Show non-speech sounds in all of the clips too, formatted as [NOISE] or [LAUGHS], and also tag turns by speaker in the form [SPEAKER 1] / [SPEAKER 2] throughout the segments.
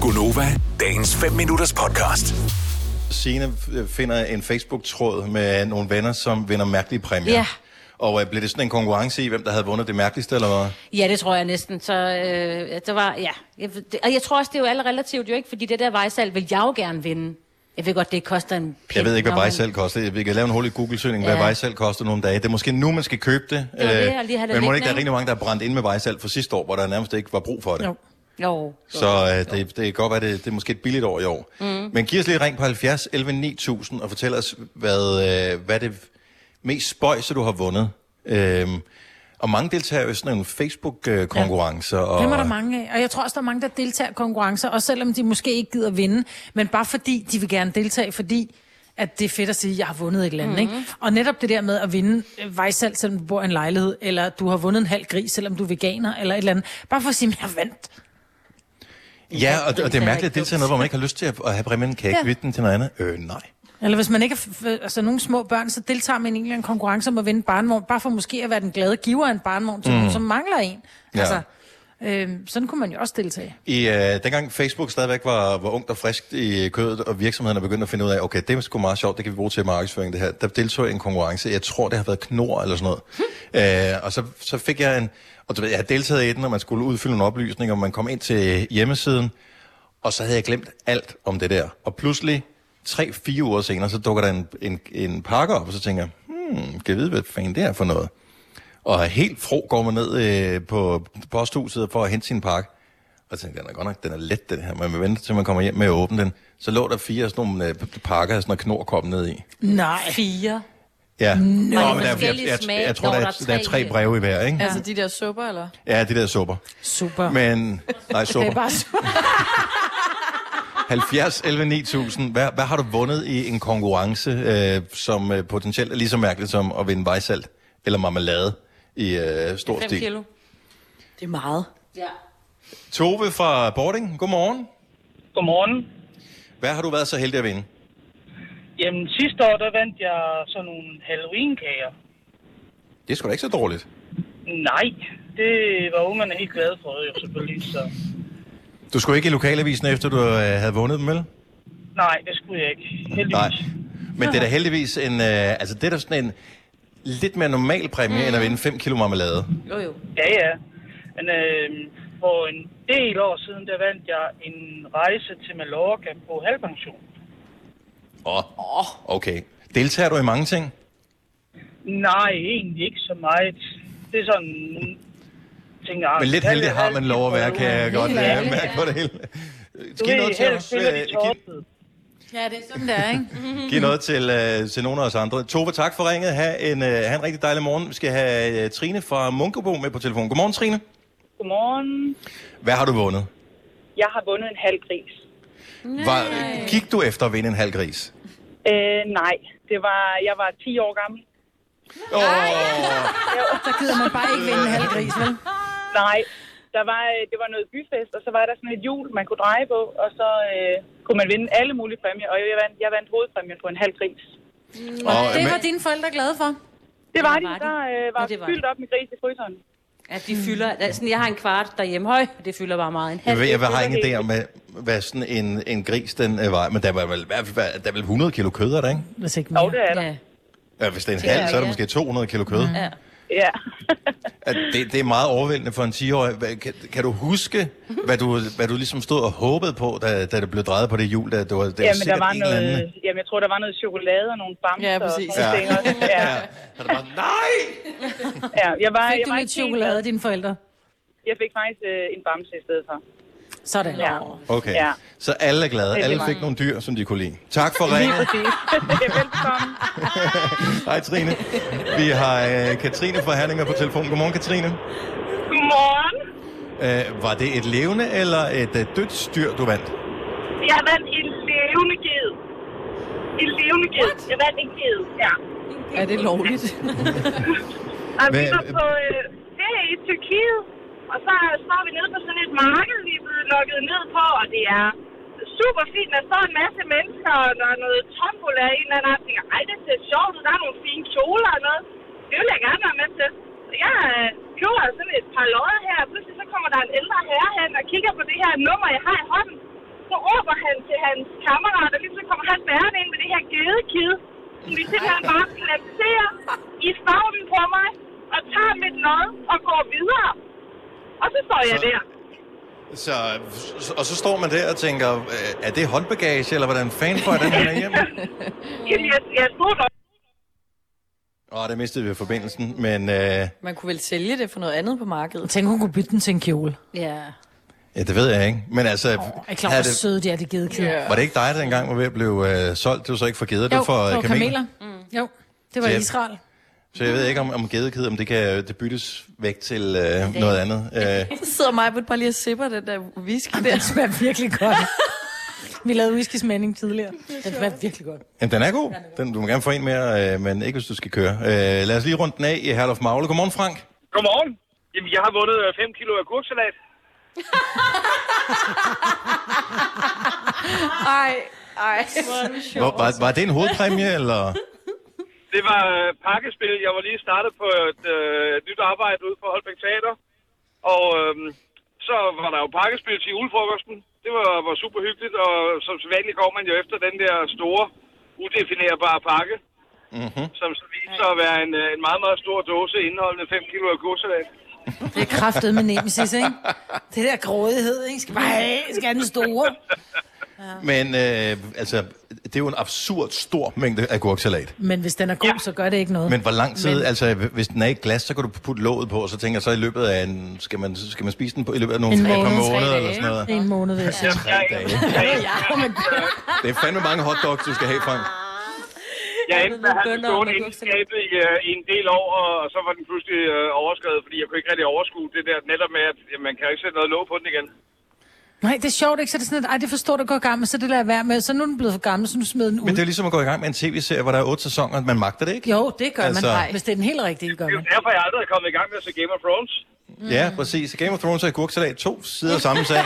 [SPEAKER 1] Gunova, dagens 5 minutters podcast.
[SPEAKER 2] Signe f- finder en Facebook-tråd med nogle venner, som vinder mærkelige præmier.
[SPEAKER 3] Ja.
[SPEAKER 2] Og øh, blev det sådan en konkurrence i, hvem der havde vundet det mærkeligste, eller hvad?
[SPEAKER 3] Ja, det tror jeg næsten. Så øh, det var, ja. Jeg, det, og jeg tror også, det er jo alle relativt jo ikke, fordi det der vejsal vil jeg jo gerne vinde. Jeg ved godt, det koster en pind,
[SPEAKER 2] Jeg ved ikke, hvad
[SPEAKER 3] når man-
[SPEAKER 2] vejsal koster. Vi kan lave en hul i Google-søgning, hvad
[SPEAKER 3] Ja.
[SPEAKER 2] vejsal koster nogle dage. Det er måske nu, man skal købe det.
[SPEAKER 3] Det var det,
[SPEAKER 2] øh,
[SPEAKER 3] jeg lige havde
[SPEAKER 2] men må
[SPEAKER 3] liggende,
[SPEAKER 2] ikke, der er
[SPEAKER 3] ikke?
[SPEAKER 2] rigtig mange, der er brændt ind med vejsal for sidste år, hvor der nærmest ikke var brug for det.
[SPEAKER 3] Jo. Jo.
[SPEAKER 2] Så øh, det, det kan godt være, det, det er måske et billigt år i år. Mm. Men giv os lige et ring på 70 11 9000 og fortæl os, hvad, øh, hvad det mest spøjse, du har vundet. Øhm, og mange deltager jo i sådan nogle Facebook-konkurrencer. Ja. Og,
[SPEAKER 4] Dem er der mange af, og jeg tror også, der er mange, der deltager i konkurrencer, også selvom de måske ikke gider vinde, men bare fordi, de vil gerne deltage, fordi at det er fedt at sige, at jeg har vundet et eller andet.
[SPEAKER 5] Mhm.
[SPEAKER 4] Mm-hmm. Ikke? Og netop det der med at vinde øh, vejsalt, selvom du bor i en lejlighed, eller du har vundet en halv gris, selvom du er veganer, eller et eller andet. Bare for at sige, at jeg vandt.
[SPEAKER 2] Ja, og, og det er
[SPEAKER 3] er
[SPEAKER 2] mærkeligt at
[SPEAKER 3] ikke
[SPEAKER 2] deltage i noget, hvor man ikke har lyst til at, at have præmien. Kan jeg ikke
[SPEAKER 4] Ja.
[SPEAKER 2] vide den til noget andet? Øh, nej.
[SPEAKER 4] Eller hvis man ikke er f- altså, nogle små børn, så deltager man i en eller anden konkurrence om at vinde en barnvogn, bare for måske at være den glade giver af en barnvogn, til mm.
[SPEAKER 5] Mhm.
[SPEAKER 4] nogen, som mangler en.
[SPEAKER 2] Ja.
[SPEAKER 4] Altså, øh, sådan kunne man jo også deltage.
[SPEAKER 2] I, øh, dengang Facebook stadigvæk var, var ungt og frisk i kødet, og virksomhederne begyndte at finde ud af, okay, det er sgu meget sjovt, det kan vi bruge til markedsføring, det her. Der deltog jeg i en konkurrence, jeg tror, det har været knor eller sådan noget. Øh, og så, så fik jeg en, og du ved, jeg havde deltaget i den, og man skulle udfylde nogle oplysninger, og man kom ind til hjemmesiden, og så havde jeg glemt alt om det der. Og pludselig, tre-fire uger senere, så dukker der en, en, en pakke op, og så tænker jeg, hmm, kan jeg vide, hvad fanden det er for noget? Og helt fro går man ned øh, på posthuset for at hente sin pakke. Og så tænkte jeg, den er godt nok, den er let den her. Man vil vente til man kommer hjem med at åbne den. Så lå der fire af sådan nogle øh, p- pakker af sådan noget knorkop ned i.
[SPEAKER 4] Nej.
[SPEAKER 5] Fire.
[SPEAKER 2] Ja. No. Nå, men der, jeg, jeg,
[SPEAKER 3] forskellige
[SPEAKER 2] jeg,
[SPEAKER 3] smag,
[SPEAKER 2] jeg, tror,
[SPEAKER 3] når
[SPEAKER 2] der,
[SPEAKER 3] der
[SPEAKER 2] er,
[SPEAKER 3] er
[SPEAKER 2] der er
[SPEAKER 3] tre
[SPEAKER 2] tre
[SPEAKER 3] i.
[SPEAKER 2] breve i hver, ikke?
[SPEAKER 5] Altså de der supper, eller?
[SPEAKER 2] Ja, det der er supper.
[SPEAKER 4] Super. Men...
[SPEAKER 2] Men, nej,
[SPEAKER 4] Det er
[SPEAKER 2] supper.
[SPEAKER 4] bare super.
[SPEAKER 2] 70, 11, 9000. Hvad, hvad har du vundet i en konkurrence, øh, som øh, potentielt er lige så mærkeligt som at vinde vejsalt eller marmelade i øh, stor
[SPEAKER 3] 5
[SPEAKER 2] stil?
[SPEAKER 3] kilo.
[SPEAKER 5] Det er meget.
[SPEAKER 3] Ja.
[SPEAKER 2] Tove fra Bording, godmorgen.
[SPEAKER 6] Godmorgen.
[SPEAKER 2] Hvad har du været så heldig at vinde?
[SPEAKER 6] Jamen, sidste år, der vandt jeg sådan nogle Halloween-kager.
[SPEAKER 2] Det er sgu da ikke så dårligt.
[SPEAKER 6] Nej, det var ungerne helt glade for, jo selvfølgelig. Så.
[SPEAKER 2] Du skulle ikke i lokalavisen, efter du øh, havde vundet dem, vel?
[SPEAKER 6] Nej, det skulle jeg ikke.
[SPEAKER 2] Nej.
[SPEAKER 6] Heldigvis.
[SPEAKER 2] Men det er da heldigvis en... Øh, altså, det er da sådan en lidt mere normal præmie, mm. end at vinde 5 kilo marmelade.
[SPEAKER 3] Jo, jo.
[SPEAKER 6] Ja, ja. Men øh, for en del år siden, der vandt jeg en rejse til Mallorca på halvpension.
[SPEAKER 2] Åh, oh. okay. Deltager du i mange ting?
[SPEAKER 6] Nej, egentlig ikke så meget. Det er sådan... Tænker, ah,
[SPEAKER 2] Men lidt
[SPEAKER 6] kan jeg
[SPEAKER 2] heldig har man
[SPEAKER 6] altid
[SPEAKER 2] lov at være,
[SPEAKER 6] prøve?
[SPEAKER 2] kan jeg godt øh,
[SPEAKER 6] Ja,
[SPEAKER 2] mærke på det hele.
[SPEAKER 6] Du
[SPEAKER 2] Giv
[SPEAKER 6] ved,
[SPEAKER 2] noget til
[SPEAKER 6] helst
[SPEAKER 2] os.
[SPEAKER 6] spiller
[SPEAKER 2] øh,
[SPEAKER 6] de
[SPEAKER 2] Giv,
[SPEAKER 6] tosset.
[SPEAKER 4] Ja, det er sådan, det
[SPEAKER 3] [LAUGHS]
[SPEAKER 4] er, ikke?
[SPEAKER 3] Mhm.
[SPEAKER 2] giv noget til, øh, til nogen af os andre. Tove, tak for ringet. Ha' en, øh, ha en rigtig dejlig morgen. Vi skal have øh, Trine fra Munkebo med på telefonen. Godmorgen, Trine.
[SPEAKER 6] Godmorgen.
[SPEAKER 2] Hvad har du vundet?
[SPEAKER 6] Jeg har vundet en halv gris.
[SPEAKER 2] Var, gik du efter at vinde en halv gris?
[SPEAKER 6] Øh, nej, det var, jeg var 10 år gammel.
[SPEAKER 2] Åh,
[SPEAKER 4] Så gider man bare ikke vinde en halv gris, vel?
[SPEAKER 6] Nej, der var, øh, det var noget byfest, og så var der sådan et hjul, man kunne dreje på, og så øh, kunne man vinde alle mulige præmier, og jeg vandt, jeg vandt hovedpræmien på en halv gris.
[SPEAKER 2] Og,
[SPEAKER 4] Det
[SPEAKER 2] men-
[SPEAKER 4] var dine forældre glade for.
[SPEAKER 6] Det var,
[SPEAKER 3] Ja,
[SPEAKER 6] de,
[SPEAKER 3] var de?
[SPEAKER 6] der øh, var,
[SPEAKER 3] Nå, det var
[SPEAKER 6] fyldt op med gris i fryseren.
[SPEAKER 3] At de fylder... Altså, jeg har en kvart derhjemme høj, det fylder bare meget. En
[SPEAKER 2] Jeg,
[SPEAKER 3] halv
[SPEAKER 2] ved, Altså, jeg
[SPEAKER 6] det
[SPEAKER 2] har
[SPEAKER 6] er
[SPEAKER 2] ingen idé
[SPEAKER 6] helt-
[SPEAKER 2] om, hvad, hvad sådan en, en gris den øh, var, men der var vel, i hvert fald- der er vel 100 kilo kød, er der ikke?
[SPEAKER 4] Hvis ikke
[SPEAKER 6] Jo,
[SPEAKER 4] mere.
[SPEAKER 6] det er der.
[SPEAKER 3] Ja.
[SPEAKER 2] Ja, hvis det er en halv, så er det
[SPEAKER 3] ja.
[SPEAKER 2] måske 200 kilo kød. Mm.
[SPEAKER 3] ja.
[SPEAKER 6] Ja.
[SPEAKER 2] Det, det er meget overvældende for en 10-årig. Hvad- Kan, kan du huske, hvad du, hvad du ligesom stod og håbede på, da, da det blev drejet på det hjul? Da, det var, det var
[SPEAKER 6] [LAUGHS] Jamen,
[SPEAKER 2] sikkert
[SPEAKER 6] der var
[SPEAKER 2] en
[SPEAKER 6] noget,
[SPEAKER 2] eller anden...
[SPEAKER 6] jamen, jeg tror, der var noget chokolade og nogle bamser
[SPEAKER 5] Ja,
[SPEAKER 6] og sådan
[SPEAKER 5] præcis.
[SPEAKER 6] nogle ting. også. Ja.
[SPEAKER 2] [LAUGHS] Ja. Og det var, nej!
[SPEAKER 6] ja. Jeg var,
[SPEAKER 4] Fik
[SPEAKER 6] jeg
[SPEAKER 4] du
[SPEAKER 6] var
[SPEAKER 4] lidt
[SPEAKER 6] ikke helt
[SPEAKER 4] chokolade af dine forældre?
[SPEAKER 6] glad. Jeg fik faktisk øh, en bamse i stedet for. [LAUGHS]
[SPEAKER 4] Sådan.
[SPEAKER 6] Ja.
[SPEAKER 2] Okay, ja.
[SPEAKER 6] Ja.
[SPEAKER 2] så alle er glade.
[SPEAKER 6] Heldig
[SPEAKER 2] Alle
[SPEAKER 6] var.
[SPEAKER 2] fik nogle dyr, som de kunne lide. Tak for ringen.
[SPEAKER 6] Velkommen.
[SPEAKER 2] Hej, Trine. Vi har øh, Katrine fra Herning med på telefonen. Godmorgen, Katrine.
[SPEAKER 6] Godmorgen.
[SPEAKER 2] Øh, var det et levende eller et øh, dødt dyr, du vandt?
[SPEAKER 6] Jeg vandt en levende ged. En levende ged. Jeg vandt en ged, ja.
[SPEAKER 5] Er det lovligt?
[SPEAKER 6] Og vi
[SPEAKER 2] Hvad-
[SPEAKER 6] var på øh, ferie i Tyrkiet, og så står vi nede på sådan et marked, vi er blevet lukket ned på, og det er super fint. Der står en masse mennesker, og der er noget tombola i en eller anden, og jeg tænker, ej, det ser sjovt ud, der er nogle fine kjoler og noget. Det vil jeg gerne være med til. Så jeg øh, køber sådan et par lodder her, og pludselig så kommer der en ældre herre hen og kigger på det her nummer, jeg har i hånden. så råber han til hans kammerat, og lige så kommer han bærende ind med det her gedekid, som vi simpelthen bare placerer i favnen på mig, og tager mit lod og går videre. Og så står jeg
[SPEAKER 2] Så-
[SPEAKER 6] der.
[SPEAKER 2] Så, og så står man der og tænker, øh, er det håndbagage, eller hvordan fanden får jeg den her
[SPEAKER 4] [LAUGHS]
[SPEAKER 2] hjem?
[SPEAKER 6] Jamen, jeg, jeg stod der.
[SPEAKER 2] Åh, der mistede vi forbindelsen, men øh, ja,
[SPEAKER 5] Man kunne vel sælge det for noget andet på markedet.
[SPEAKER 4] Tænk, hun kunne bytte den til en kjole.
[SPEAKER 3] Ja.
[SPEAKER 2] det ved jeg ikke. Men altså,
[SPEAKER 4] Er I klar,
[SPEAKER 2] havde
[SPEAKER 4] hvor søde de er, de gedekid?
[SPEAKER 5] Ja.
[SPEAKER 2] var det ikke dig, der engang var ved at blive øh, solgt? Det var så ikke for geder, det
[SPEAKER 4] Jo,
[SPEAKER 2] var for
[SPEAKER 4] det
[SPEAKER 2] øh,
[SPEAKER 4] var
[SPEAKER 2] kameler.
[SPEAKER 4] kameler. Mm. Jo, det var
[SPEAKER 2] Så
[SPEAKER 4] i
[SPEAKER 2] jeg-
[SPEAKER 4] Israel.
[SPEAKER 2] Så jeg ved ikke, om, om gedekid, om det kan øh, det byttes væk til øh, noget andet. Øh,
[SPEAKER 4] [LAUGHS]
[SPEAKER 5] Så sidder mig bare lige og sipper den der whisky der.
[SPEAKER 4] Det smager virkelig godt. Vi lavede whiskys manding tidligere. Det smager virkelig godt.
[SPEAKER 2] Jamen, den er god. Den, du må gerne få en mere, øh, men ikke hvis du skal køre. Øh, lad os lige runde den af i Herlof Magle. Godmorgen, Frank.
[SPEAKER 7] Godmorgen. Jamen, jeg har vundet 5 kilo af kurksalat.
[SPEAKER 5] Ej, ej.
[SPEAKER 2] Hvor, var, var det en hovedpræmie, eller?
[SPEAKER 7] Det var øh, pakkespil. Jeg var lige startet på et øh, nyt arbejde ude på Holbæk Teater. Og øhm, så var der jo pakkespil til julefrokosten. Det var, var super hyggeligt, og som sædvanligt går man jo efter den der store, udefinerbare pakke. Mm-hmm. Som så viser sig at være en, øh, en meget, meget stor dåse indeholdende 5 kilo af kursalat.
[SPEAKER 4] Det er kraftet med nemesis, ikke? Det der grådighed, ikke? Skal bare have, skal have den store.
[SPEAKER 2] [LAUGHS] Men øh, altså, det er jo en absurd stor mængde agurksalat.
[SPEAKER 4] Men hvis den er god, så gør det ikke noget.
[SPEAKER 2] Men hvor lang tid, Men... altså hvis den er i et glas, så kan du putte låget på, og så tænker jeg, så i løbet af en, skal man, skal man spise den på, i løbet af nogle
[SPEAKER 4] En
[SPEAKER 2] et par
[SPEAKER 4] måned, tre
[SPEAKER 2] måneder
[SPEAKER 5] dage.
[SPEAKER 2] eller sådan noget?
[SPEAKER 4] En måned, vil jeg sige.
[SPEAKER 7] Jeg, jeg,
[SPEAKER 2] dage.
[SPEAKER 7] jeg,
[SPEAKER 2] Det er fandme mange hotdogs, du skal have, Frank.
[SPEAKER 7] jeg endte med at have den
[SPEAKER 5] Bønder
[SPEAKER 7] stående
[SPEAKER 5] med
[SPEAKER 7] inde i
[SPEAKER 5] kurksalat.
[SPEAKER 7] skabet i, øh, i en del år, og så var den pludselig øh, overskrevet, fordi jeg kunne ikke rigtig overskue det der netop med, at jamen, man kan jo ikke sætte noget låg på den igen.
[SPEAKER 4] Nej, det er sjovt, ikke? Så er det sådan, at ej, det forstår du godt gammel, så det lader jeg være med. Så nu er den blevet for gammel, så nu smider den ud.
[SPEAKER 2] Men det er jo ligesom at gå i gang med en tv-serie, hvor der er otte sæsoner, og man magter det, ikke?
[SPEAKER 4] Jo, det gør
[SPEAKER 2] Altså-
[SPEAKER 4] altså... man. Ej, Hvis det er den helt rigtige, det gør
[SPEAKER 7] Det er jo
[SPEAKER 4] man.
[SPEAKER 7] derfor, jeg aldrig er kommet i gang med at se Game of Thrones.
[SPEAKER 2] Ja, præcis. Game of Thrones og agurksalat, to sider af samme
[SPEAKER 4] [LAUGHS]
[SPEAKER 2] sag.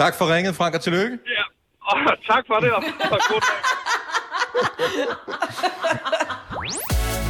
[SPEAKER 2] tak for ringet, Frank, og tillykke.
[SPEAKER 7] Ja. Og [LAUGHS] tak for det, og, og god dag.